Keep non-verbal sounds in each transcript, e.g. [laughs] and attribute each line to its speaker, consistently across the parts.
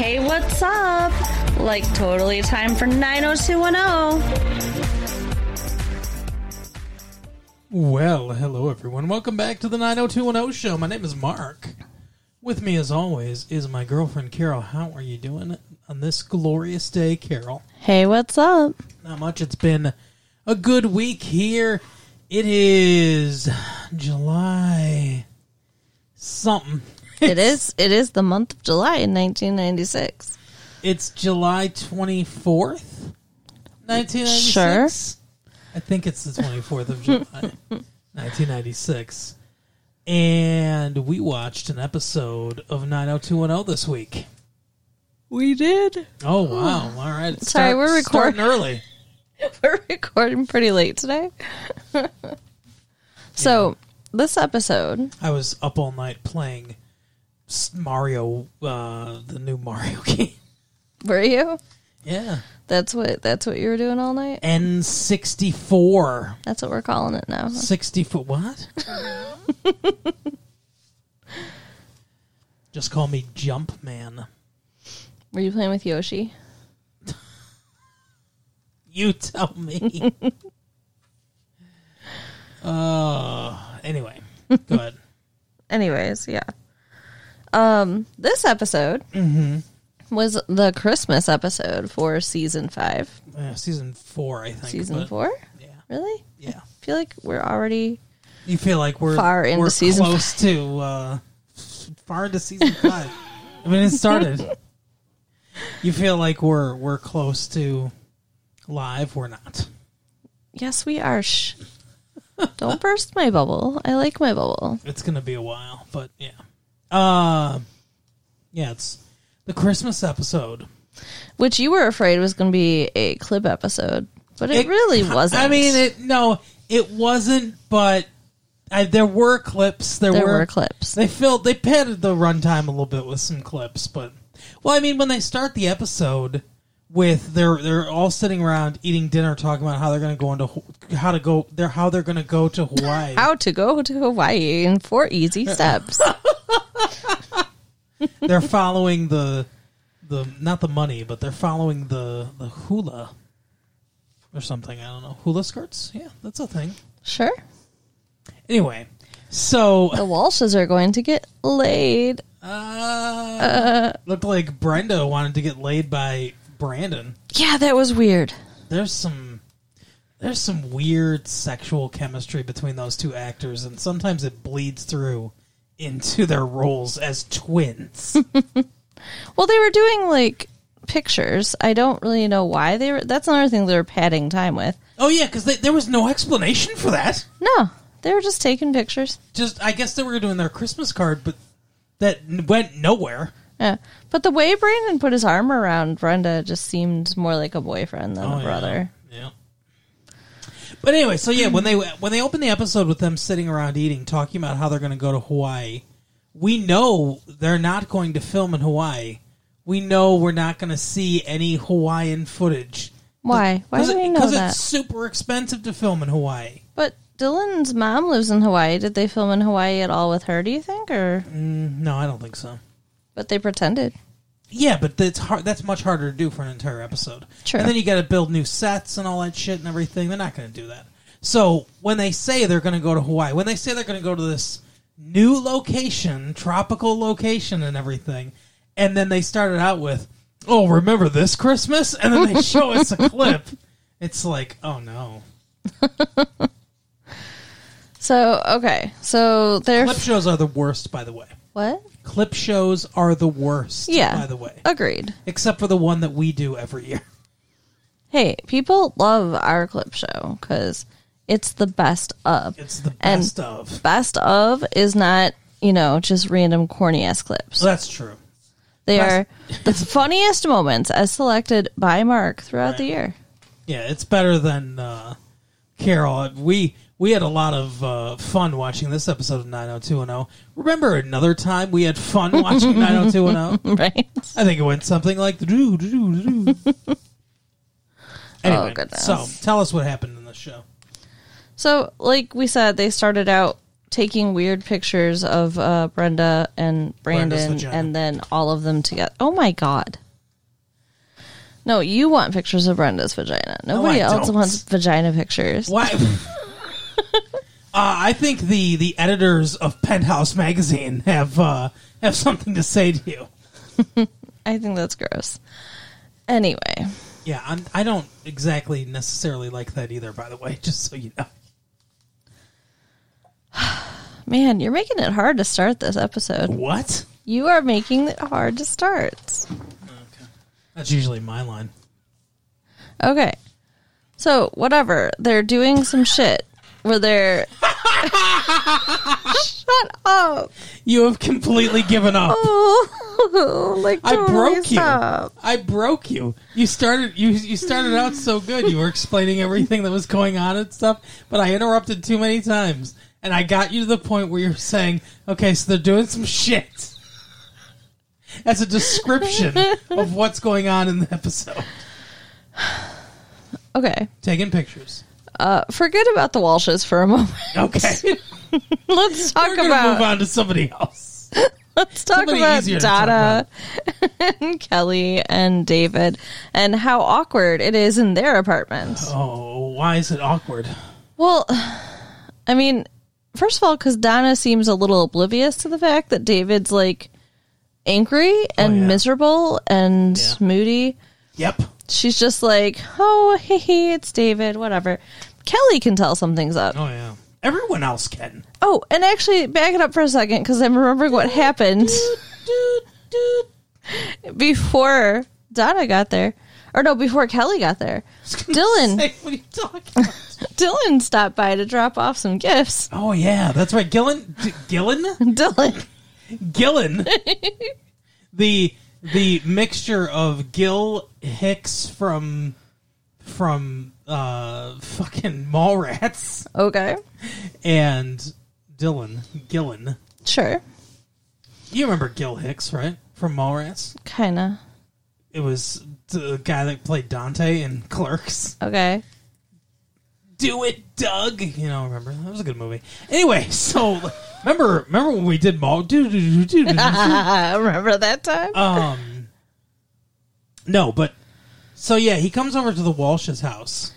Speaker 1: Hey, what's up? Like, totally time for 90210.
Speaker 2: Well, hello everyone. Welcome back to the 90210 show. My name is Mark. With me as always is my girlfriend Carol. How are you doing on this glorious day, Carol?
Speaker 1: Hey, what's up? [laughs]
Speaker 2: Not much. It's been a good week here. It is July something.
Speaker 1: It is it is the month of July in 1996.
Speaker 2: It's July 24th, 1996. I think it's the 24th of July, [laughs] 1996. And we watched an episode of 90210 this week.
Speaker 1: We did.
Speaker 2: Oh, wow. All right. It's
Speaker 1: Sorry, we're recording.
Speaker 2: starting early.
Speaker 1: [laughs] We're recording pretty late today. [laughs] so, this episode,
Speaker 2: I was up all night playing s- Mario, uh, the new Mario [laughs] game.
Speaker 1: were you?
Speaker 2: Yeah.
Speaker 1: That's what that's what you were doing all night?
Speaker 2: N64.
Speaker 1: That's what we're calling it now.
Speaker 2: 60 foot. What? Just call me Jumpman.
Speaker 1: Were you playing with Yoshi?
Speaker 2: You tell me. uh, anyway, go ahead.
Speaker 1: anyways, yeah. Um, this episode was the Christmas episode for season five,
Speaker 2: Uh, season four, I think.
Speaker 1: season
Speaker 2: but-
Speaker 1: four.
Speaker 2: Yeah,
Speaker 1: Really?
Speaker 2: yeah.
Speaker 1: I feel like we're already
Speaker 2: You feel like we're
Speaker 1: Far into
Speaker 2: we're
Speaker 1: season
Speaker 2: close to uh, far into season five. I mean, it started. You feel like we're we're close to live. We're not.
Speaker 1: yes, we are. [laughs] Shh. Don't burst my bubble. I like my bubble.
Speaker 2: It's gonna be a while, but yeah. Uh, yeah. It's the Christmas episode.
Speaker 1: Which you were afraid was going to be a clip episode, but it, really wasn't.
Speaker 2: I mean, it no, it wasn't. But I, there were clips. There,
Speaker 1: there
Speaker 2: were,
Speaker 1: were, clips.
Speaker 2: They filled. They padded the runtime a little bit with some clips. But well, I mean, when they start the episode with they're they're all sitting around eating dinner, talking about how they're going to go into Ho- how to go they're how they're going to
Speaker 1: [laughs]
Speaker 2: go to Hawaii.
Speaker 1: How to go to Hawaii in four [laughs] easy steps.
Speaker 2: they're following the the not the money, but they're following the the hula or something. I don't know hula skirts. Yeah, that's a thing.
Speaker 1: sure.
Speaker 2: Anyway, so.
Speaker 1: The Walshes are going to get laid.
Speaker 2: Uh, looked like Brenda wanted to get laid by Brandon.
Speaker 1: Yeah, that was weird.
Speaker 2: There's some there's some weird sexual chemistry between those two actors and sometimes it bleeds through into their roles as twins.
Speaker 1: Well, they were doing like pictures. I don't really know why they were. That's another thing they were padding time with.
Speaker 2: oh yeah, cuz there was no explanation for that.
Speaker 1: No, they were just taking pictures.
Speaker 2: Just I guess they were doing their Christmas card but that n- went nowhere.
Speaker 1: Yeah, but the way Brandon put his arm around Brenda just seemed more like a boyfriend than a brother.
Speaker 2: Oh, Yeah. But anyway, so yeah, when they when they open the episode with them sitting around eating, talking about how they're going to go to Hawaii, we know they're not going to film in Hawaii. We know we're not going to see any Hawaiian footage.
Speaker 1: Why? Why do we know
Speaker 2: Because
Speaker 1: that?
Speaker 2: it's super expensive to film in Hawaii.
Speaker 1: But Dylan's mom lives in Hawaii. Did they film in Hawaii at all with her? Do you think, or
Speaker 2: Mm. No, I don't think so.
Speaker 1: but they pretended?
Speaker 2: Yeah, but that's hard. That's much harder to do for an entire episode.
Speaker 1: True.
Speaker 2: And then you got to build new sets and all that shit and everything. They're not going to do that. So when they say they're going to go to Hawaii, when they say they're going to go to this new location, tropical location, and everything, and then they started out with, "Oh, remember this Christmas?" and
Speaker 1: [laughs]
Speaker 2: then they show us a clip. It's like, oh no.
Speaker 1: So okay, so they're
Speaker 2: Clip shows are the worst, by the way.
Speaker 1: what?
Speaker 2: Clip shows are the worst.
Speaker 1: Yeah.
Speaker 2: By the way,
Speaker 1: Agreed.
Speaker 2: except for the one that we do every year.
Speaker 1: Hey, people love our clip show because it's the best up.
Speaker 2: It's the
Speaker 1: And-
Speaker 2: best of.
Speaker 1: best of is not you know just random corny ass clips
Speaker 2: That's true.
Speaker 1: they
Speaker 2: best-
Speaker 1: are the [laughs] funniest moments as selected by mark throughout the year [laughs]
Speaker 2: Yeah, it's better than uh, Carol. We we had a lot of uh, fun watching this episode of 90210. Remember another time we had fun watching 90210?
Speaker 1: right
Speaker 2: I think it went something like doo doo doo. Anyway,
Speaker 1: goodness.
Speaker 2: so tell us what happened in the show.
Speaker 1: so like we said they started out taking weird pictures of uh, Brenda and Brandon,
Speaker 2: vagina.
Speaker 1: and then all of them together. Oh my god! No, you want pictures of Brenda's vagina. Nobody
Speaker 2: I
Speaker 1: else
Speaker 2: don't.
Speaker 1: wants vagina pictures.
Speaker 2: Why? uh, I think the the editors of Penthouse magazine have uh, have something to say to you.
Speaker 1: I think that's gross. Anyway,
Speaker 2: Yeah, I'm, I don't exactly necessarily like that either. By the way, [laughs] just so you know.
Speaker 1: man, you're making it hard to start this episode.
Speaker 2: What?
Speaker 1: You are making it hard to start.
Speaker 2: That's usually my line.
Speaker 1: Okay. So, whatever. They're doing some shit where
Speaker 2: [laughs]
Speaker 1: they're. Shut up. [laughs]
Speaker 2: You have completely given up.
Speaker 1: Oh, like,
Speaker 2: I
Speaker 1: totally
Speaker 2: broke
Speaker 1: stop.
Speaker 2: you. I broke you. You started you you started out so good. You were explaining everything that was going on and stuff, but I interrupted too many times. And I got you to the point where you're saying, "Okay, so they're doing some shit." As a description of what's going on in the episode.
Speaker 1: Okay.
Speaker 2: Taking pictures.
Speaker 1: Uh, forget about the Walshes for a moment.
Speaker 2: [laughs] Okay.
Speaker 1: [laughs] let's talk
Speaker 2: We're going to move
Speaker 1: about.
Speaker 2: on to somebody else.
Speaker 1: Let's talk
Speaker 2: somebody
Speaker 1: about
Speaker 2: easier
Speaker 1: Donna
Speaker 2: to talk
Speaker 1: [laughs] and Kelly and David and how awkward it is in their apartment.
Speaker 2: Oh, why is it awkward?
Speaker 1: Well, [sighs] I mean, first of all, because Donna seems a little oblivious to the fact that David's like angry and
Speaker 2: Oh, yeah.
Speaker 1: miserable and
Speaker 2: Yeah.
Speaker 1: moody.
Speaker 2: Yep.
Speaker 1: She's just like, oh, [laughs] hey, hey, it's David, whatever. Kelly can tell something's up.
Speaker 2: Oh yeah. Everyone else can.
Speaker 1: Oh, and actually, back it up for a second because I'm remembering what
Speaker 2: [laughs]
Speaker 1: happened before Donna got there. Or no, before Kelly got
Speaker 2: [laughs]
Speaker 1: there. Dylan
Speaker 2: Say, what are you talking about?
Speaker 1: Dylan stopped by to drop off some gifts. [laughs]
Speaker 2: Oh yeah, that's right. Gillen, D- Gillen,
Speaker 1: Dylan
Speaker 2: Gillen. the the mixture of Gil Hicks from from uh fucking Mallrats
Speaker 1: Okay.
Speaker 2: and Dylan Gillen.
Speaker 1: Sure.
Speaker 2: You remember Gil Hicks, right? From Mallrats.
Speaker 1: Kinda.
Speaker 2: It was the guy that played Dante in Clerks.
Speaker 1: Okay.
Speaker 2: Do it, Doug. You know, remember that was a good movie. Anyway, so remember remember when we did
Speaker 1: [laughs]
Speaker 2: Mall?
Speaker 1: Remember that time?
Speaker 2: Um, no, but so yeah, he comes over to the Walsh's house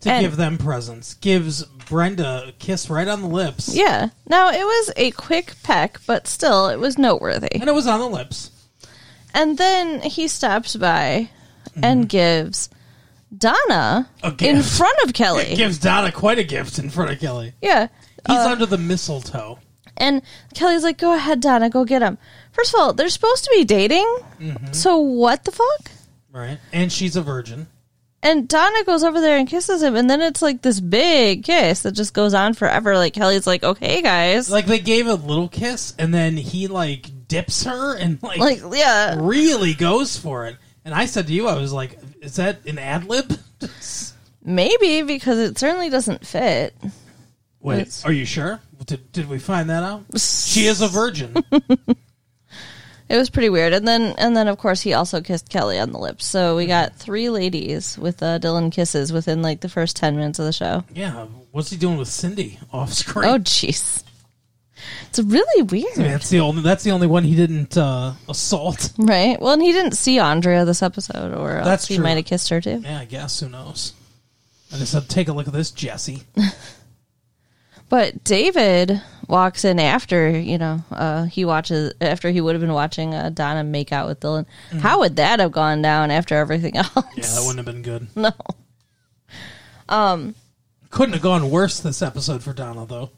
Speaker 2: to
Speaker 1: And-
Speaker 2: give them presents. Gives Brenda a kiss right on the lips,
Speaker 1: yeah. Now it was a quick peck, but still it was noteworthy.
Speaker 2: and it was on the lips.
Speaker 1: And then he stops by and gives Donna
Speaker 2: Mm-hmm. [laughs] A
Speaker 1: in
Speaker 2: gift.
Speaker 1: front of Kelly.
Speaker 2: Gives Donna quite a gift in front of Kelly.
Speaker 1: yeah.
Speaker 2: He's
Speaker 1: Uh,
Speaker 2: under the mistletoe.
Speaker 1: And Kelly's like, "Go ahead, Donna, go get him." First of all, they're supposed to be dating.
Speaker 2: Mm-hmm.
Speaker 1: So what the fuck?
Speaker 2: Right, and she's a virgin.
Speaker 1: And Donna goes over there and kisses him, and then it's like this big kiss that just goes on forever. Like Kelly's like, "Okay, guys."
Speaker 2: Like they gave a little kiss, and then he like dips her and like,
Speaker 1: Like, yeah.
Speaker 2: really goes for it. And I said to you, I was like, "Is that an ad lib?" [laughs]
Speaker 1: Maybe because it certainly doesn't fit.
Speaker 2: Wait, are you sure? Did, did we find that out? She is a virgin.
Speaker 1: It was pretty weird. And then and then of course he also kissed Kelly on the lips. So
Speaker 2: Mm-hmm.
Speaker 1: we got three ladies with uh, Dylan kisses within like the first 10 minutes of the show.
Speaker 2: Yeah, what's he doing with Cindy off screen?
Speaker 1: Oh jeez. It's really weird.
Speaker 2: [laughs] that's the only that's the only one he didn't uh, assault.
Speaker 1: Right? Well, and he didn't see Andrea this episode or else
Speaker 2: That's
Speaker 1: he
Speaker 2: true.
Speaker 1: might have kissed her too.
Speaker 2: Yeah, I guess who knows. I just said, take a look at this, Jesse.
Speaker 1: But David walks in after, you know, uh, he watches after he would have been watching uh, Donna make out with Dylan.
Speaker 2: Mm-hmm.
Speaker 1: How would that have gone down after everything [laughs] else?
Speaker 2: Yeah, that wouldn't have been good.
Speaker 1: no.
Speaker 2: Couldn't have gone worse this episode for Donna though.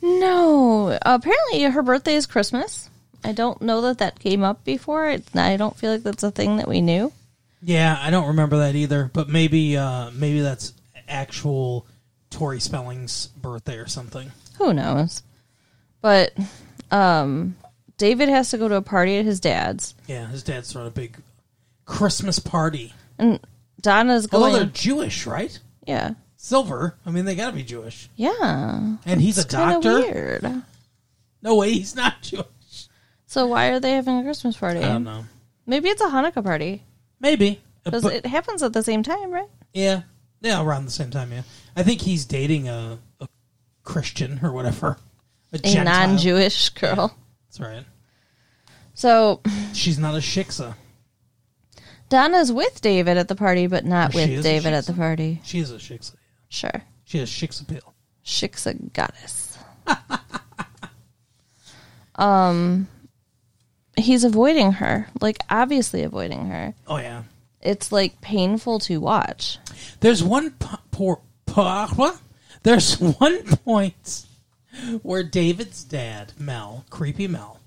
Speaker 1: No, apparently her birthday is Christmas. I don't know that that came up before. It's I don't feel like that's a thing that we knew.
Speaker 2: Yeah, I don't remember that either. But maybe uh, maybe that's actual Tori Spelling's birthday or something.
Speaker 1: Who knows? But um, David has to go to a party at his dad's,
Speaker 2: Yeah, his dad's throwing a big Christmas party.
Speaker 1: and Donna's
Speaker 2: Although Oh, they're
Speaker 1: going.
Speaker 2: Jewish, right?
Speaker 1: Yeah,
Speaker 2: Silver. I mean, they got to be Jewish.
Speaker 1: yeah.
Speaker 2: And he's a
Speaker 1: Kind of
Speaker 2: doctor.
Speaker 1: weird.
Speaker 2: No way, he's not [laughs] Jewish.
Speaker 1: So why are they having a Christmas party?
Speaker 2: I don't know.
Speaker 1: Maybe it's a Hanukkah party
Speaker 2: Maybe. Uh,
Speaker 1: because
Speaker 2: But-
Speaker 1: it happens at the same time, right?
Speaker 2: yeah. Yeah, around the same time, yeah. I think he's dating a, a Christian or whatever. A,
Speaker 1: a
Speaker 2: Gentile.
Speaker 1: non-Jewish girl.
Speaker 2: That's right.
Speaker 1: So
Speaker 2: She's not a shiksa.
Speaker 1: Donna's with David at the party, but not
Speaker 2: She is
Speaker 1: with
Speaker 2: a
Speaker 1: David at
Speaker 2: shiksa.
Speaker 1: the party.
Speaker 2: She is a shiksa.
Speaker 1: Sure,
Speaker 2: She has shiksa pill.
Speaker 1: Shik's a [laughs] goddess. um, he's avoiding her, like obviously avoiding her.
Speaker 2: Oh yeah.
Speaker 1: It's like painful to watch.
Speaker 2: There's one po- poor po- what? There's [laughs] one point where David's dad, Mel, creepy Mel,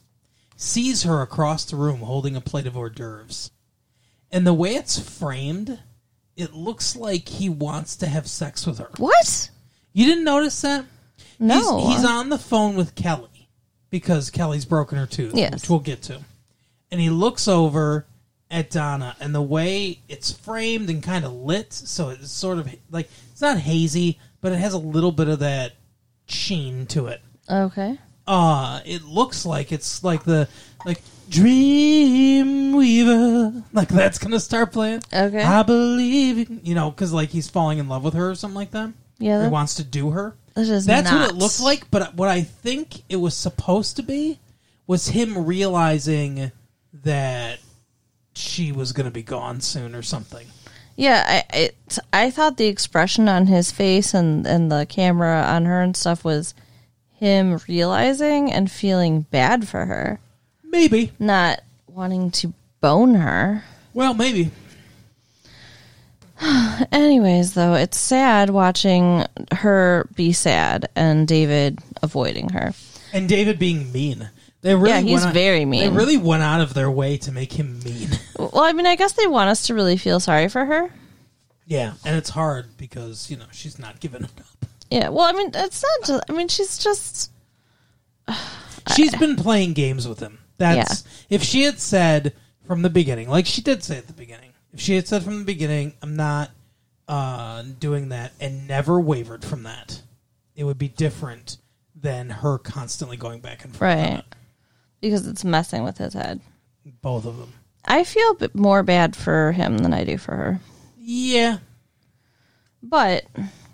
Speaker 2: sees her across the room holding a plate of hors d'oeuvres. And the way it's framed, it looks like he wants to have sex with her.
Speaker 1: What?
Speaker 2: You didn't notice that?
Speaker 1: No.
Speaker 2: He's, he's on the phone with Kelly because Kelly's broken her tooth,
Speaker 1: Yes.
Speaker 2: which we'll get to. And he looks over at Donna, and the way it's framed and kind of lit, so it's sort of like it's not hazy, but it has a little bit of that sheen to it.
Speaker 1: okay.
Speaker 2: Uh, it looks like it's like the like Dream Weaver, like that's gonna start playing.
Speaker 1: Okay.
Speaker 2: I believe in-" you know because like he's falling in love with her or something like that.
Speaker 1: Yeah,
Speaker 2: or
Speaker 1: that-
Speaker 2: wants to do her.
Speaker 1: That is
Speaker 2: That's
Speaker 1: not.
Speaker 2: what it looked like, but what I think it was supposed to be was him realizing that she was going to be gone soon or something.
Speaker 1: Yeah, I it, I thought the expression on his face and and the camera on her and stuff was him realizing and feeling bad for her,
Speaker 2: Maybe.
Speaker 1: not wanting to bone her.
Speaker 2: Well, maybe.
Speaker 1: Anyways, though, it's sad watching her be sad and David avoiding her.
Speaker 2: And David being mean. They really
Speaker 1: Yeah, he's
Speaker 2: went out-
Speaker 1: very mean.
Speaker 2: They really went out of their way to make him mean.
Speaker 1: Well, I mean, I guess they want us to really feel sorry for her.
Speaker 2: yeah, and it's hard because you know she's not giving it up.
Speaker 1: Yeah. Well, I mean, it's not just. I mean, she's just.
Speaker 2: She's been playing games with him. That's if she had said from the beginning, like she did say at the beginning. If she had said from the beginning, "I'm not uh, doing that," and never wavered from that, it would be different than her constantly going back and forth. on
Speaker 1: Right. Because it's messing with his head.
Speaker 2: it. Both of them.
Speaker 1: I feel b- more bad for him than I do for her.
Speaker 2: Yeah.
Speaker 1: But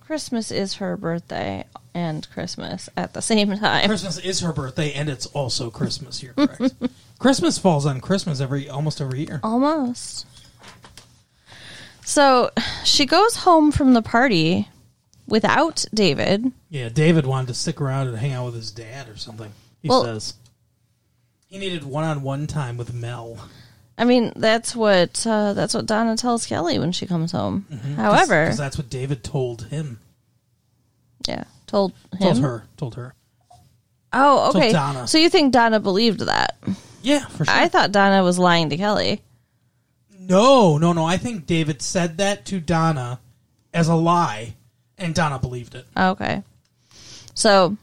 Speaker 1: Christmas is her birthday and Christmas at the [laughs] same time.
Speaker 2: Christmas is her birthday, and it's also Christmas.
Speaker 1: [laughs]
Speaker 2: You're correct. Christmas falls on Christmas every almost every year.
Speaker 1: Almost. So she goes home from the party without David.
Speaker 2: Yeah, David wanted to stick around and hang out with his dad or something. He
Speaker 1: Well-
Speaker 2: says he needed one-on-one time with Mel.
Speaker 1: I mean, that's what uh, that's what Donna tells Kelly when she comes home.
Speaker 2: Mm-hmm.
Speaker 1: However,
Speaker 2: because that's what David told him,
Speaker 1: yeah, told him.
Speaker 2: told her, told her.
Speaker 1: Oh,
Speaker 2: Told
Speaker 1: okay.
Speaker 2: Donna.
Speaker 1: So you think Donna believed that?
Speaker 2: Yeah, for sure.
Speaker 1: I thought Donna was lying to Kelly.
Speaker 2: no, no, no. I think David said that to Donna as a lie, and Donna believed it.
Speaker 1: Okay. So,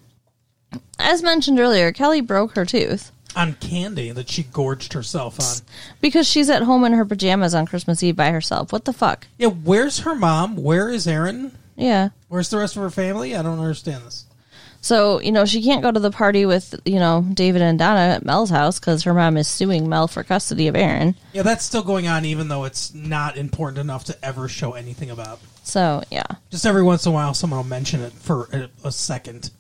Speaker 1: as mentioned earlier, Kelly broke her tooth
Speaker 2: On candy that she gorged herself on.
Speaker 1: because she's at home in her pajamas on Christmas Eve by herself. What the fuck?
Speaker 2: Yeah, where's her mom? Where is Aaron?
Speaker 1: Yeah.
Speaker 2: Where's the rest of her family? I don't understand this.
Speaker 1: So, you know, she can't go to the party with, you know, David and Donna at Mel's house because her mom is suing Mel for custody of Aaron.
Speaker 2: Yeah, that's still going on, even though it's not important enough to ever show anything about.
Speaker 1: So, yeah.
Speaker 2: Just every once in a while, someone will mention it for a, a second.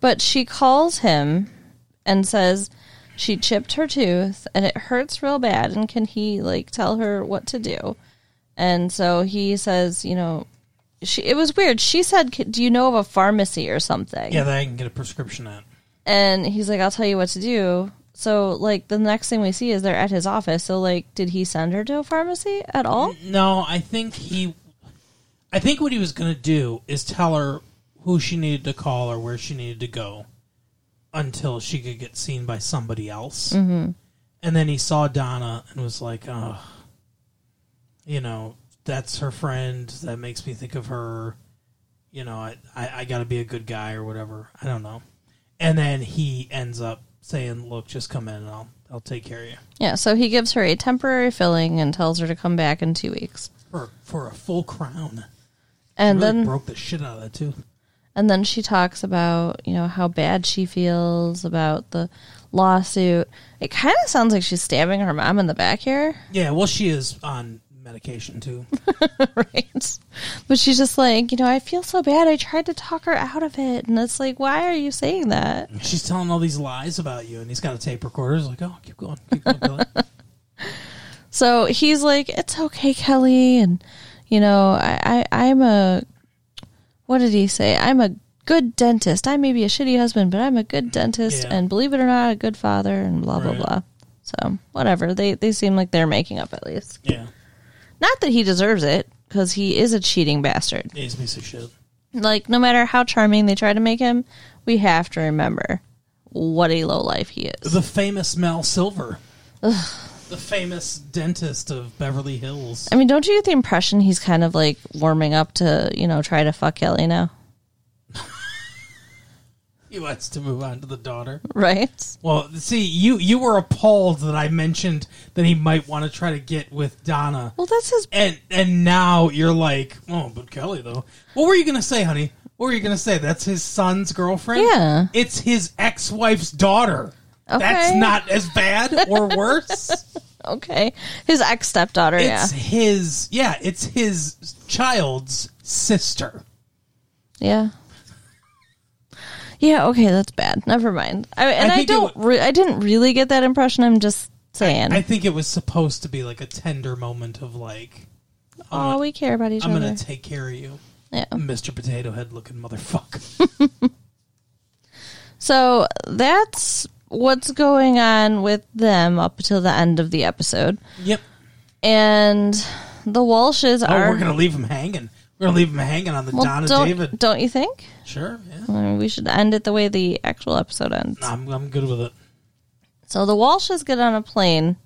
Speaker 1: But she calls him and says she chipped her tooth and it hurts real bad. And can he, like, tell her what to do? And so he says, you know, she, it was weird. She said, "C- Do you know of a pharmacy or something?
Speaker 2: Yeah, that I can get a prescription at.
Speaker 1: And he's like, I'll tell you what to do. So, like, the next thing we see is they're at his office. So, like, did he send her to a pharmacy at all?
Speaker 2: No, I think he. I think what he was going to do is tell her who she needed to call or where she needed to go until she could get seen by somebody else. Mm-hmm. And then he saw Donna and was like, oh, you know, that's her friend. That makes me think of her. You know, I, I, I got to be a good guy or whatever. I don't know. And then he ends up saying, look, just come in and I'll, I'll take care of you
Speaker 1: Yeah. So he gives her a temporary filling and tells her to come back in two weeks.
Speaker 2: for, for a full crown.
Speaker 1: And
Speaker 2: really
Speaker 1: then,
Speaker 2: broke the shit out of that too.
Speaker 1: and then she talks about you know how bad she feels about the lawsuit. It kind of sounds like she's stabbing her mom in the back here. [laughs]
Speaker 2: Yeah, well, she is on medication too.
Speaker 1: right? But she's just like, you know, I feel so bad. I tried to talk her out of it, and it's like, why are you saying that?
Speaker 2: She's telling all these lies about you, and he's got a tape recorder. He's like, "Oh, keep going, keep going." Billy."
Speaker 1: So he's like, it's okay, Kelly, and you know, I, I I'm a, what did he say? I'm a good dentist. I may be a shitty husband, but I'm a good dentist,
Speaker 2: Yeah.
Speaker 1: and believe it or not, a good father, and blah
Speaker 2: Right.
Speaker 1: blah blah. So whatever they they seem like they're making up at least.
Speaker 2: yeah,
Speaker 1: Not that he deserves it, because he is a cheating bastard.
Speaker 2: he's a piece of shit.
Speaker 1: like no matter how charming they try to make him, we have to remember what a low life he is.
Speaker 2: The famous Mel Silver, the famous dentist of Beverly Hills.
Speaker 1: I mean, don't you get the impression he's kind of like warming up to, you know, try to fuck Kelly now?
Speaker 2: He wants to move on to the daughter.
Speaker 1: Right?
Speaker 2: Well, see, you you were appalled that I mentioned that he might want to try to get with Donna,
Speaker 1: Well, that's his
Speaker 2: and and now you're like, oh, but Kelly though. What were you gonna say, honey? What were you gonna say? That's his son's girlfriend.
Speaker 1: Yeah.
Speaker 2: it's his ex-wife's daughter. That's
Speaker 1: Okay.
Speaker 2: not as bad or worse.
Speaker 1: okay. His ex stepdaughter, [laughs] yeah,
Speaker 2: It's his yeah, it's his child's sister.
Speaker 1: yeah, yeah. Okay, that's bad. Never mind. I, and
Speaker 2: I
Speaker 1: I,
Speaker 2: think it
Speaker 1: don't. Re- I didn't really get that impression. I'm just saying.
Speaker 2: I think it was supposed to be like a tender moment of like,
Speaker 1: oh, we care about each
Speaker 2: I'm
Speaker 1: other.
Speaker 2: gonna take care of you,
Speaker 1: yeah.
Speaker 2: Mr. Potato Head looking motherfucker.
Speaker 1: [laughs] So that's what's going on with them up until the end of the episode.
Speaker 2: Yep.
Speaker 1: And the Walshes
Speaker 2: Oh,
Speaker 1: are
Speaker 2: we're gonna leave him hanging. We're gonna leave him hanging on the
Speaker 1: well,
Speaker 2: Donna
Speaker 1: don't,
Speaker 2: David.
Speaker 1: don't you think?
Speaker 2: Sure. Yeah.
Speaker 1: I mean, we should end it the way the actual episode ends.
Speaker 2: I'm I'm good with it.
Speaker 1: So the Walshes get on a plane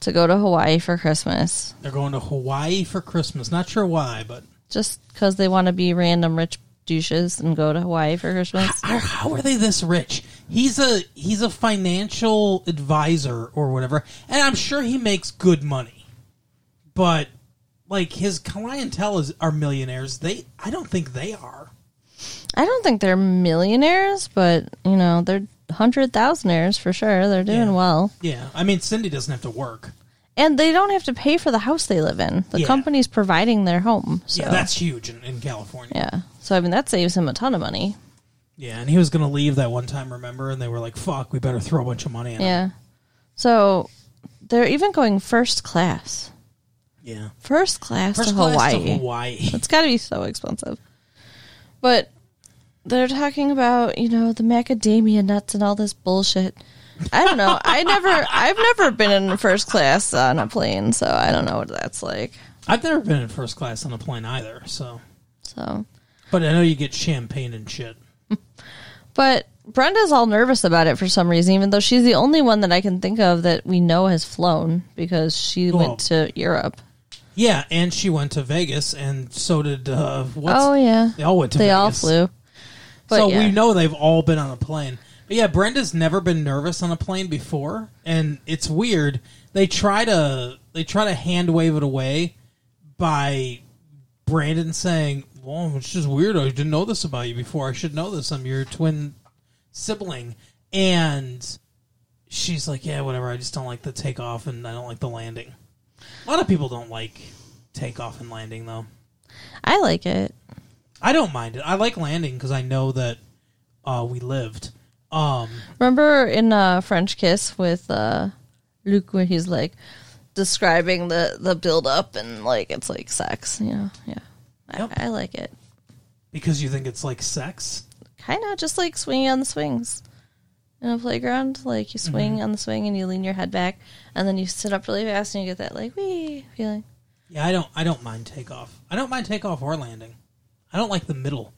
Speaker 1: to go to Hawaii for Christmas,
Speaker 2: They're going to Hawaii for Christmas. Not sure why, but
Speaker 1: just because they want to be random rich douches and go to Hawaii for
Speaker 2: [sighs]
Speaker 1: Christmas.
Speaker 2: I, how are they this rich? He's a he's a financial advisor or whatever, and I'm sure he makes good money. But like his clientele is are millionaires. They I don't think they are.
Speaker 1: I don't think they're millionaires, but you know they're hundred thousandaires for sure. They're doing
Speaker 2: Yeah.
Speaker 1: well.
Speaker 2: Yeah, I mean Cindy doesn't have to work.
Speaker 1: And they don't have to pay for the house they live in. The
Speaker 2: Yeah.
Speaker 1: company's providing their home. So
Speaker 2: Yeah, that's huge in, in California.
Speaker 1: yeah. So I mean that saves him a ton of money.
Speaker 2: Yeah, and he was gonna leave that one time, remember? And they were like, "Fuck, we better throw a bunch of money at him."
Speaker 1: Yeah. So they're even going first class.
Speaker 2: Yeah.
Speaker 1: First class,
Speaker 2: First
Speaker 1: to,
Speaker 2: class
Speaker 1: Hawaii.
Speaker 2: to Hawaii.
Speaker 1: It's got to be so expensive. But they're talking about, you know, the macadamia nuts and all this bullshit. I don't know. I never I've never been in first class on a plane, so I don't know what that's like.
Speaker 2: I've never been in first class on a plane either, so.
Speaker 1: So
Speaker 2: But I know you get champagne and shit.
Speaker 1: But Brenda's all nervous about it for some reason, even though she's the only one that I can think of that we know has flown because she
Speaker 2: Well-
Speaker 1: went to Europe.
Speaker 2: Yeah, and she went to Vegas, and so did uh, what's
Speaker 1: Oh yeah,
Speaker 2: they all went to
Speaker 1: they
Speaker 2: Vegas.
Speaker 1: all flew. But
Speaker 2: so
Speaker 1: yeah.
Speaker 2: we know they've all been on a plane. But yeah, Brenda's never been nervous on a plane before, and it's weird. They try to they try to hand wave it away by Brandon saying, "Well, it's just weird. I didn't know this about you before. I should know this. I'm your twin sibling." And she's like, "Yeah, whatever. I just don't like the takeoff, and I don't like the landing." A lot of people don't like takeoff and landing, though.
Speaker 1: I like it.
Speaker 2: I don't mind it. I like landing because I know that uh, we lived. Um,
Speaker 1: Remember in uh, French Kiss with uh, Luke when he's like describing the the build up and like it's like sex, you know? Yeah,
Speaker 2: Yep.
Speaker 1: I, I like it.
Speaker 2: because you think it's like sex.
Speaker 1: Kind of just like swinging on the swings in a playground. Like you swing on the swing and you lean your head back, and then you sit up really fast and you get that like wee feeling.
Speaker 2: Yeah, I don't. I don't mind takeoff. I don't mind takeoff or landing. I don't like the middle.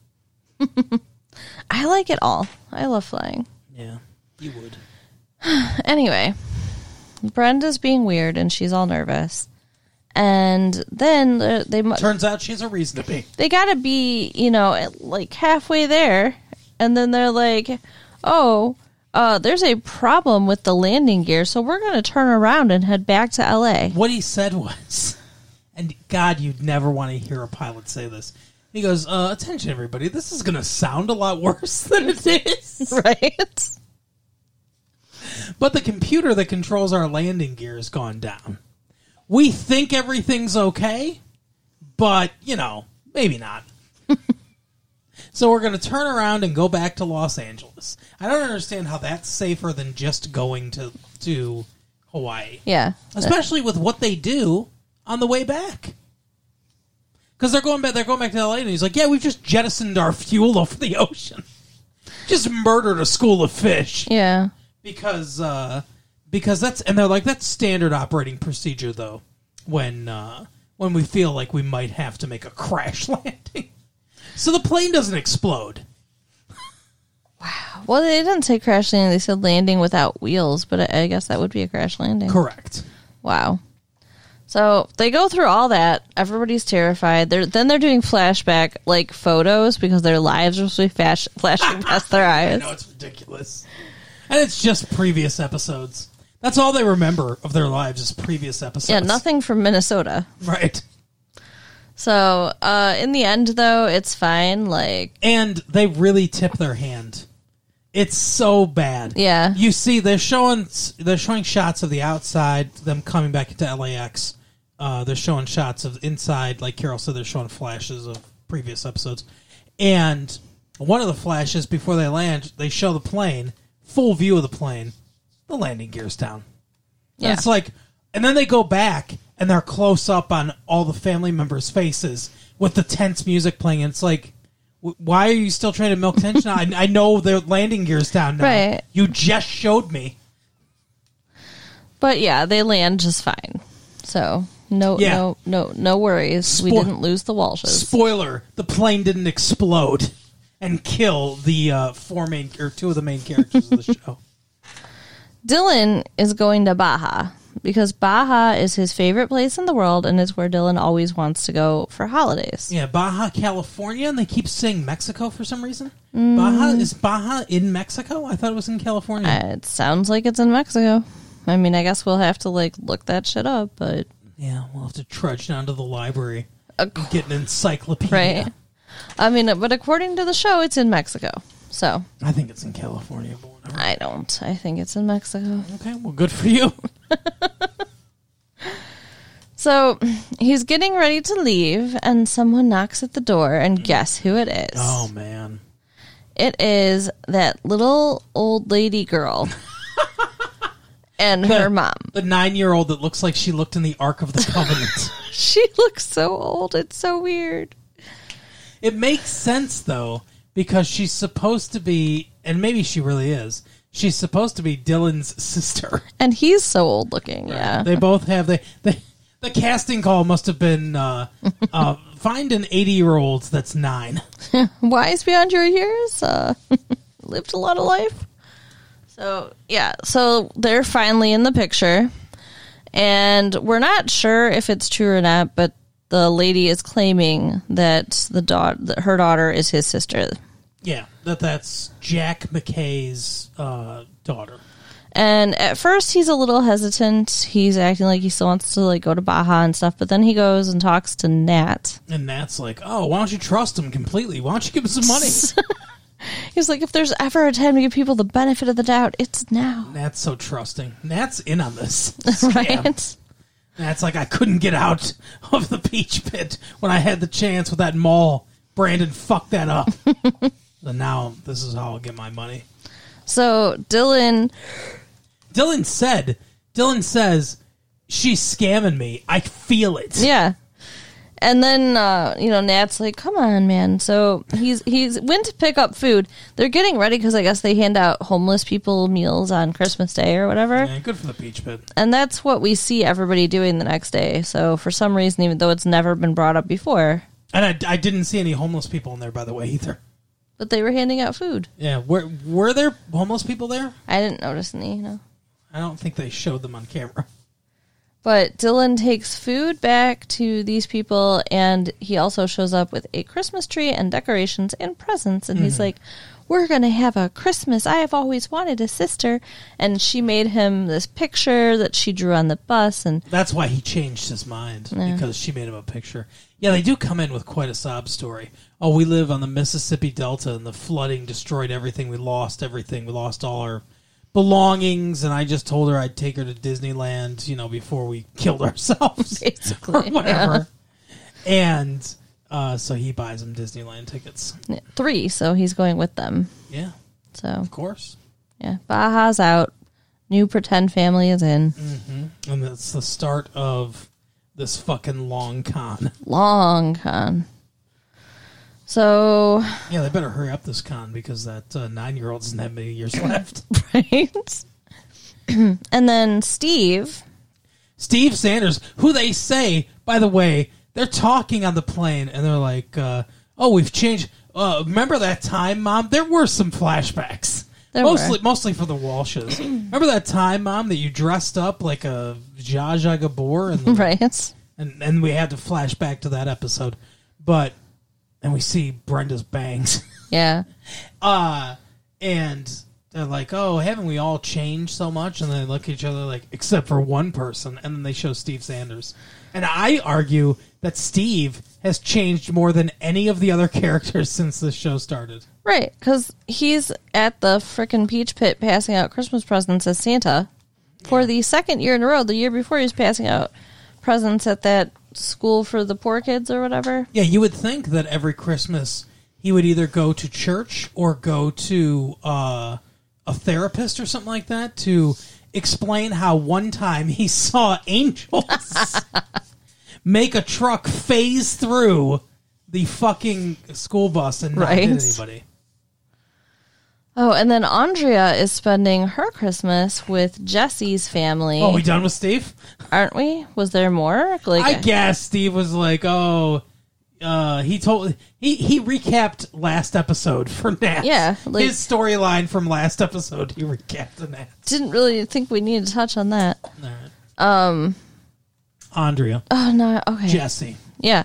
Speaker 1: I like it all. I love flying. [laughs]
Speaker 2: Yeah, you would.
Speaker 1: Anyway, Brenda's being weird and she's all nervous. And then they, they mu-
Speaker 2: Turns out she's a reason to be.
Speaker 1: they got to be, you know, at like halfway there. And then they're like, "Oh, uh, there's a problem with the landing gear, so we're going to turn around and head back to LA."
Speaker 2: [laughs] What he said was, and God, you'd never want to hear a pilot say this. He goes, uh, "Attention, everybody! This is going to sound a lot worse than it is."
Speaker 1: [laughs] Right?
Speaker 2: But the computer that controls our landing gear has gone down. we think everything's okay, but you know, maybe not. [laughs] so we're going to turn around and go back to Los Angeles. I don't understand how that's safer than just going to to Hawaii,
Speaker 1: Yeah.
Speaker 2: especially with what they do on the way back. Because they're going back, they're going back to LA, and he's like, "Yeah, we've just jettisoned our fuel [laughs] off the ocean, just murdered a school of fish."
Speaker 1: Yeah.
Speaker 2: because uh because that's and they're like that's standard operating procedure though when uh when we feel like we might have to make a crash [laughs] landing so the plane doesn't explode
Speaker 1: Well, they didn't say crash landing. They said landing without wheels, but I, I guess that would be a crash landing.
Speaker 2: correct
Speaker 1: Wow. So they go through all that. Everybody's terrified. They're then they're doing flashback like photos because their lives are supposed to be flash, [laughs] flashing past their
Speaker 2: i
Speaker 1: eyes.
Speaker 2: know it's ridiculous and it's just previous episodes that's all they remember of their lives is previous episodes
Speaker 1: Yeah, nothing from Minnesota.
Speaker 2: [laughs] right
Speaker 1: So uh, in the end, though, it's fine. Like,
Speaker 2: and they really tip their hand. It's so bad.
Speaker 1: Yeah.
Speaker 2: you see, they're showing they're showing shots of the outside, them coming back into LAX. Uh, they're showing shots of inside, like Carol said. They're showing flashes of previous episodes, and one of the flashes before they land, they show the plane, full view of the plane, the landing gear's down. And
Speaker 1: yeah,
Speaker 2: it's like, and then they go back and they're close up on all the family members' faces with the tense music playing. And it's like, wh- why are you still trying to milk tension? I, I know their landing gear's down now.
Speaker 1: Right.
Speaker 2: You just showed me.
Speaker 1: but yeah, they land just fine. So no,
Speaker 2: Yeah.
Speaker 1: no, no, no worries. we
Speaker 2: Spoil-
Speaker 1: didn't lose the Walshes.
Speaker 2: Spoiler: the plane didn't explode and kill the uh, four main or two of the main characters of
Speaker 1: [laughs]
Speaker 2: the show.
Speaker 1: Dylan is going to Baja because Baja is his favorite place in the world and is where Dylan always wants to go for holidays.
Speaker 2: Yeah, Baja California, and they keep saying Mexico for some reason. Baja
Speaker 1: Mm.
Speaker 2: is Baja in Mexico? I thought it was in California.
Speaker 1: Uh, It sounds like it's in Mexico. I mean, I guess we'll have to like look that shit up, but
Speaker 2: Yeah, we'll have to trudge down to the library
Speaker 1: A-
Speaker 2: and get an encyclopedia.
Speaker 1: right. I mean, but according to the show, it's in Mexico. So
Speaker 2: I think it's in California, but whatever.
Speaker 1: I don't. I think it's in Mexico.
Speaker 2: Okay, well, good for you.
Speaker 1: So he's getting ready to leave, and someone knocks at the door, and guess who it is?
Speaker 2: [laughs] Oh man,
Speaker 1: It is that little old lady girl and her mom.
Speaker 2: the nine-year-old that looks like she looked in the Ark of the [laughs] Covenant.
Speaker 1: She looks so old. It's so weird.
Speaker 2: it makes sense though because she's supposed to be, and maybe she really is. She's supposed to be Dylan's sister.
Speaker 1: And he's so old looking. Yeah.
Speaker 2: They both have they. they the casting call must have
Speaker 1: [laughs]
Speaker 2: been uh, uh, find an 80 year old that's nine.
Speaker 1: Wise beyond your years. Uh, [laughs] lived a lot of life. So, yeah. So they're finally in the picture. And we're not sure if it's true or not, but the lady is claiming that the daughter, that her daughter is his sister.
Speaker 2: Yeah, that that's Jack McKay's uh, daughter.
Speaker 1: And at first he's a little hesitant. He's acting like he still wants to like go to Baja and stuff, but then he goes and talks to Nat.
Speaker 2: And Nat's like, oh, why don't you trust him completely? Why don't you give him
Speaker 1: [laughs]
Speaker 2: some money? [laughs]
Speaker 1: He's like, if there's ever a time to give people the benefit of the doubt, it's now. [laughs]
Speaker 2: Nat's so trusting. Nat's in on this.
Speaker 1: Right?
Speaker 2: Nat's like, I couldn't get out of the peach pit when I had the chance with that mall. Brandon fucked that
Speaker 1: [laughs]
Speaker 2: up. and now this is how I'll get my money.
Speaker 1: So Dylan,
Speaker 2: Dylan said, Dylan says, she's scamming me. I feel it.
Speaker 1: [laughs] yeah. And then uh, you know Nat's like, "Come on, man!" So he's he's went to pick up food. They're getting ready because I guess they hand out homeless people meals on Christmas Day or whatever,
Speaker 2: Yeah, good for the peach pit.
Speaker 1: and that's what we see everybody doing the next day. So for some reason, even though it's never been brought up before,
Speaker 2: And I, I didn't see any homeless people in there, by the way, either.
Speaker 1: but they were handing out food.
Speaker 2: Yeah, were, were there homeless people there?
Speaker 1: I didn't notice any, you know.
Speaker 2: I don't think they showed them on camera.
Speaker 1: But Dylan takes food back to these people, and he also shows up with a Christmas tree and decorations and presents. And he's like, We're going to have a Christmas. I have always wanted a sister. And she made him this picture that she drew on the bus. And
Speaker 2: That's why he changed his mind because she made him a picture. Yeah, they do come in with quite a sob story. Oh, we live on the Mississippi Delta and the flooding destroyed everything. We lost everything. We lost all our belongings, and I just told her I'd take her to Disneyland, you know, before we [laughs] killed ourselves or
Speaker 1: basically.
Speaker 2: whatever. And uh, so he buys him Disneyland tickets.
Speaker 1: Yeah. Three, so he's going with them.
Speaker 2: Yeah,
Speaker 1: So
Speaker 2: of course.
Speaker 1: yeah, Baja's out. New pretend family is in.
Speaker 2: And that's the start of this fucking long con.
Speaker 1: Long con. So [laughs]
Speaker 2: Yeah, they better hurry up this con because that uh, nine year old doesn't have many years left. [laughs]
Speaker 1: right, [clears throat] and then Steve. [laughs]
Speaker 2: Steve Sanders, who they say, by the way, they're talking on the plane and they're like, uh, "Oh, we've changed." Uh, remember that time, Mom? There were some flashbacks,
Speaker 1: There
Speaker 2: mostly
Speaker 1: were.
Speaker 2: mostly for
Speaker 1: [clears throat]
Speaker 2: the Walshes. remember that time, Mom, that you dressed up like a Zsa Zsa Gabor and the
Speaker 1: Right.
Speaker 2: and and we had to flash back to that episode, but and we see Brenda's bangs, [laughs]
Speaker 1: Yeah.
Speaker 2: uh, and they're like, "Oh, haven't we all changed so much?" And they look at each other like, "Except for one person," and then they show Steve Sanders, and I argue that Steve has changed more than any of the other [laughs] characters since this show started.
Speaker 1: Right, because he's at the frickin' Peach Pit passing out Christmas presents as Santa for the second year in a row. The year before, he was passing out presents at that school for the poor kids or whatever.
Speaker 2: Yeah, you would think that every Christmas he would either go to church or go to uh, a therapist or something like that to explain how one time he [laughs] saw angels [laughs] make a truck phase through the fucking school bus and not
Speaker 1: Right.
Speaker 2: hit anybody.
Speaker 1: Oh, and then Andrea is spending her Christmas with Jesse's family,
Speaker 2: Oh, we done with Steve?
Speaker 1: aren't we? Was there more? Like,
Speaker 2: I guess Steve was like, "Oh, uh, he told he he recapped last episode for [laughs] Nat.
Speaker 1: Yeah, like-
Speaker 2: his storyline from last episode. He recapped the Nat.
Speaker 1: didn't really think we needed to touch on that.
Speaker 2: Andrea,
Speaker 1: Um, Oh no, okay,
Speaker 2: Jesse.
Speaker 1: yeah.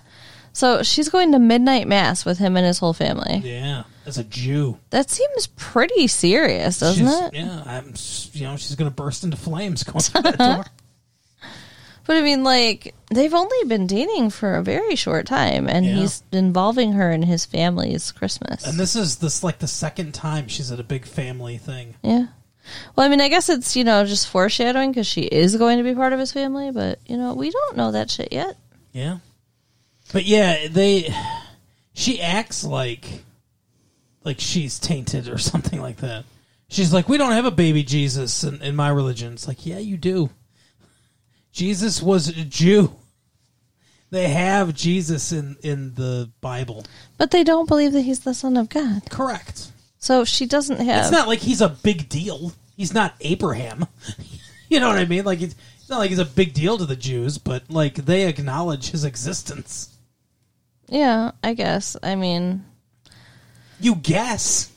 Speaker 1: So she's going to midnight mass with him and his whole family.
Speaker 2: Yeah, as a Jew,
Speaker 1: That seems pretty serious, doesn't
Speaker 2: she's,
Speaker 1: it?
Speaker 2: Yeah, I'm. s- You know, she's gonna burst into flames
Speaker 1: [laughs]
Speaker 2: going through that door.
Speaker 1: But I mean, like, they've only been dating for a very short time, and
Speaker 2: Yeah.
Speaker 1: he's involving her in his family's Christmas.
Speaker 2: And this is this like the second time she's at a big family thing.
Speaker 1: yeah. Well, I mean, I guess it's, you know, just foreshadowing because she is going to be part of his family, but, you know, we don't know that shit yet.
Speaker 2: Yeah, but yeah, they. She acts like, like she's tainted or [laughs] something like that. She's like, we don't have a baby Jesus in, in my religion. It's like, yeah, you do. Jesus was a Jew. They have Jesus in in the Bible.
Speaker 1: But they don't believe that he's the son of God.
Speaker 2: Correct.
Speaker 1: So she doesn't have.
Speaker 2: It's not like he's a big deal. He's not Abraham. [laughs] you know what I mean? Like it's, it's not like he's a big deal to the Jews, but like they acknowledge his existence.
Speaker 1: yeah, I guess. I mean,
Speaker 2: You guess.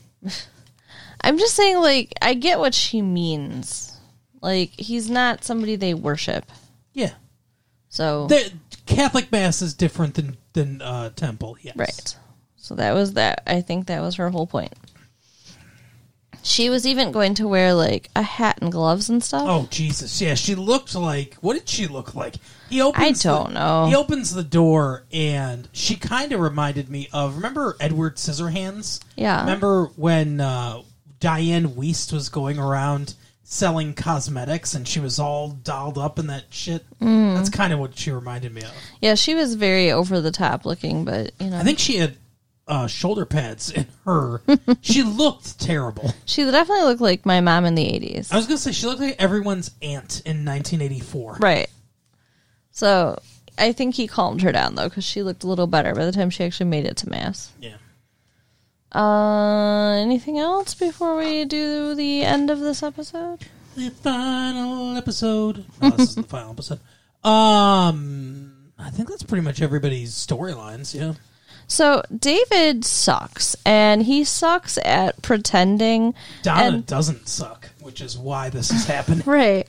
Speaker 1: I'm just saying, like, I get what she means. Like, he's not somebody they worship.
Speaker 2: Yeah.
Speaker 1: So.
Speaker 2: The Catholic mass is different than than uh, temple. Yes.
Speaker 1: Right. So that was that. I think that was her whole point. She was even going to wear like a hat and gloves and stuff.
Speaker 2: Oh Jesus! Yeah, she looked like. What did she look like? He opens.
Speaker 1: I
Speaker 2: the-
Speaker 1: don't know.
Speaker 2: He opens the door, and she kind of reminded me of. Remember Edward Scissorhands?
Speaker 1: Yeah.
Speaker 2: Remember when uh, Diane Weist was going around selling cosmetics, and she was all dolled up in that shit.
Speaker 1: Mm.
Speaker 2: That's kind of what she reminded me of.
Speaker 1: Yeah, she was very over the top looking, but you know,
Speaker 2: I think she had uh, shoulder pads in
Speaker 1: [laughs]
Speaker 2: her. she looked terrible.
Speaker 1: she definitely looked like my mom in the eighties.
Speaker 2: I was gonna say she looked like everyone's aunt in 1984.
Speaker 1: Right. So I think he calmed her down though, because she looked a little better by the time she actually made it to mass.
Speaker 2: Yeah.
Speaker 1: Uh, anything else before we do the end of this episode?
Speaker 2: The final episode. No, this is the final episode. Um, I think that's pretty much everybody's storylines. Yeah.
Speaker 1: So David sucks, and he sucks at pretending.
Speaker 2: Donna
Speaker 1: and,
Speaker 2: doesn't suck, which is why this
Speaker 1: [laughs]
Speaker 2: is happening.
Speaker 1: right?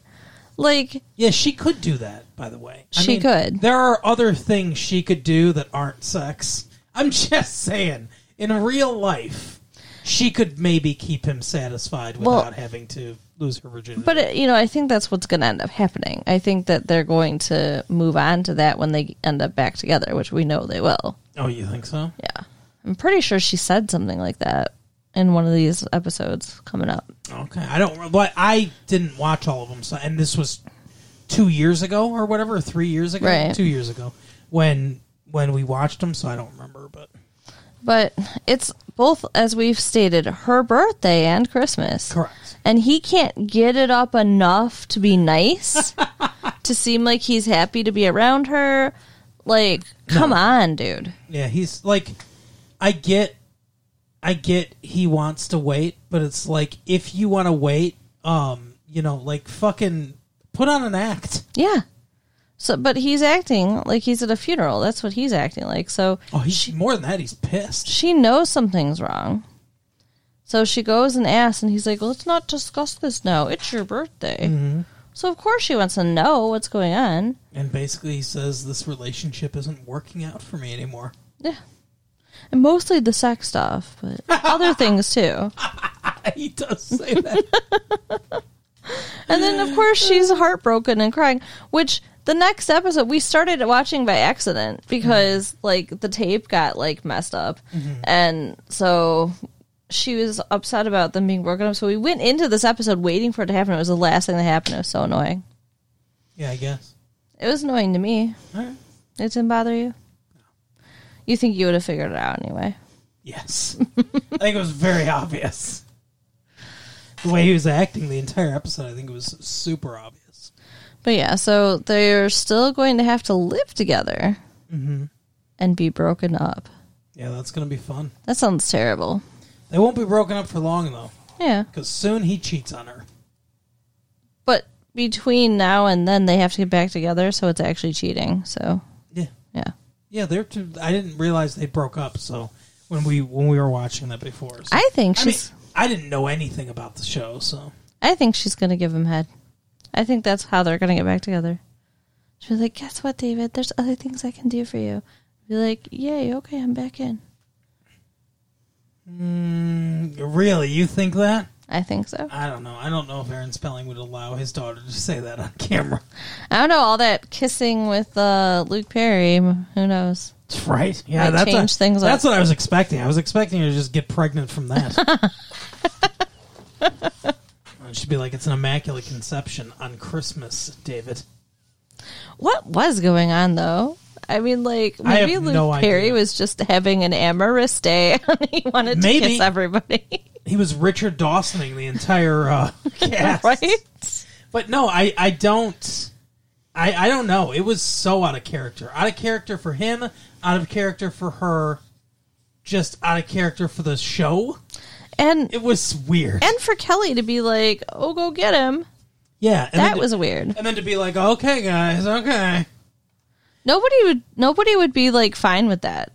Speaker 1: Like
Speaker 2: yeah, she could do that. By the way,
Speaker 1: She could.
Speaker 2: There are other things she could do that aren't sex. I'm [laughs] just saying, in real life, she could maybe keep him satisfied
Speaker 1: Well-
Speaker 2: without having to lose her virginity.
Speaker 1: But it, you know, I think that's what's going to end up happening. I think that they're going to move on to that when they end up back together, which we know they will.
Speaker 2: oh, you think so?
Speaker 1: Yeah, I'm pretty sure she said something like that in one of these episodes coming up.
Speaker 2: Okay, I don't. But I didn't watch all of them. So, and this was two years ago or whatever, three years ago,
Speaker 1: Right.
Speaker 2: two years ago when when we watched them. So I don't remember, but
Speaker 1: But it's both, as we've stated, her birthday and Christmas.
Speaker 2: correct.
Speaker 1: And he can't get it up enough to be nice, to seem like he's happy to be around her. Like, come on, dude.
Speaker 2: Yeah, he's like, I get, I get. He wants to wait, but it's like if you want to wait, um, you know, like fucking put on an act.
Speaker 1: Yeah. So, but he's acting like he's at a funeral. That's what he's acting like. So
Speaker 2: Oh, he's more than that. He's pissed.
Speaker 1: she knows something's wrong. So she goes and asks, and he's like, "Let's not discuss this now. It's your birthday." So of course she wants to know what's going on.
Speaker 2: And basically, he says this relationship isn't working out for me anymore. [laughs]
Speaker 1: Yeah, and mostly the sex stuff, but other things too.
Speaker 2: he does say [laughs] that.
Speaker 1: And then of course she's heartbroken and crying. Which the next episode we started watching by accident because like the tape got like messed up, and so she was upset about them being broken up. So we went into this episode waiting for it to happen. It was the last thing that happened. It was so annoying.
Speaker 2: yeah, I guess.
Speaker 1: It was annoying to me.
Speaker 2: All right.
Speaker 1: It didn't bother you? You think you would have figured it out anyway.
Speaker 2: Yes. I think it was very obvious. The way he was acting the entire episode, I think it was super obvious.
Speaker 1: But yeah, so they're still going to have to live together and be broken up.
Speaker 2: Yeah, that's going to be fun.
Speaker 1: That sounds terrible.
Speaker 2: They won't be broken up for long, though,
Speaker 1: Yeah.
Speaker 2: because soon he cheats on her.
Speaker 1: But between now and then, they have to get back together, so it's actually cheating. So,
Speaker 2: Yeah.
Speaker 1: yeah.
Speaker 2: Yeah, they're too. I didn't realize they broke up, so when we when we were watching that before. so-
Speaker 1: I think
Speaker 2: I mean,
Speaker 1: she's.
Speaker 2: I didn't know anything about the show, so.
Speaker 1: I think she's going to give him head. I think that's how they're going to get back together. She's like, guess what, David? There's other things I can do for you. Be like, yay, okay, I'm back in.
Speaker 2: Mm, really? You think that?
Speaker 1: I think so.
Speaker 2: I don't know. I don't know if Aaron Spelling would allow his daughter to say that on camera.
Speaker 1: I don't know all that kissing with uh, Luke Perry. m- Who knows?
Speaker 2: [laughs] Right. Yeah,
Speaker 1: Might
Speaker 2: that's a-
Speaker 1: change things up.
Speaker 2: That's what I was expecting. I was expecting her to just get pregnant from that.
Speaker 1: [laughs]
Speaker 2: And She'd be like, "It's an immaculate conception on Christmas, David."
Speaker 1: What was going on though? I mean, like
Speaker 2: I have
Speaker 1: maybe Luke
Speaker 2: no idea.
Speaker 1: Perry was just having an amorous day [laughs] and he wanted to
Speaker 2: Maybe.
Speaker 1: kiss everybody, [laughs]
Speaker 2: He was Richard Dawsoning the entire uh, cast,
Speaker 1: right?
Speaker 2: But no, I, I don't, I, I don't know. It was so out of character, out of character for him, out of character for her, just out of character for the show.
Speaker 1: And
Speaker 2: It was weird.
Speaker 1: and for Kelly to be like, "Oh, go get him,"
Speaker 2: yeah, and
Speaker 1: that
Speaker 2: then-
Speaker 1: was weird.
Speaker 2: and then to be like, "Okay, guys, okay."
Speaker 1: Nobody would nobody would be like fine with that.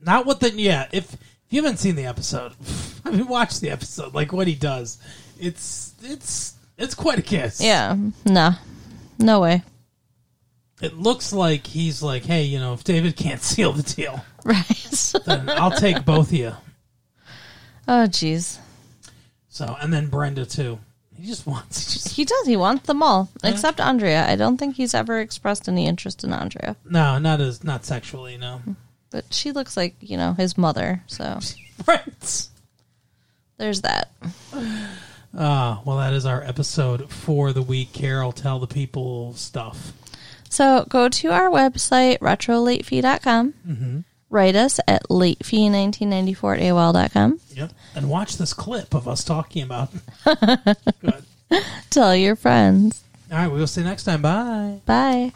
Speaker 2: Not what the yeah. If, if you haven't seen the episode, [laughs] I mean, watch the episode. Like what he does, it's it's it's quite a kiss.
Speaker 1: Yeah, nah, no way. [laughs]
Speaker 2: it looks like he's like, hey, you know, if David can't [laughs] seal the deal,
Speaker 1: Right?
Speaker 2: then I'll take both of you.
Speaker 1: oh, jeez.
Speaker 2: So and then Brenda too. He just wants. [laughs] He just,
Speaker 1: He does. He wants them all, except Andrea. I don't think he's ever expressed any interest in Andrea.
Speaker 2: no, not as not sexually. No, [laughs]
Speaker 1: But she looks like, you know, his mother. So
Speaker 2: right.
Speaker 1: there's that.
Speaker 2: Uh, well, that is our episode for the week. Carol, tell the people stuff.
Speaker 1: So go to our website, retrolatefee.com. Write us at latefee1994 at AOL.com.
Speaker 2: Yep. And watch this clip of us talking about. Good.
Speaker 1: Tell your friends.
Speaker 2: All right, we will see you next time. Bye.
Speaker 1: Bye.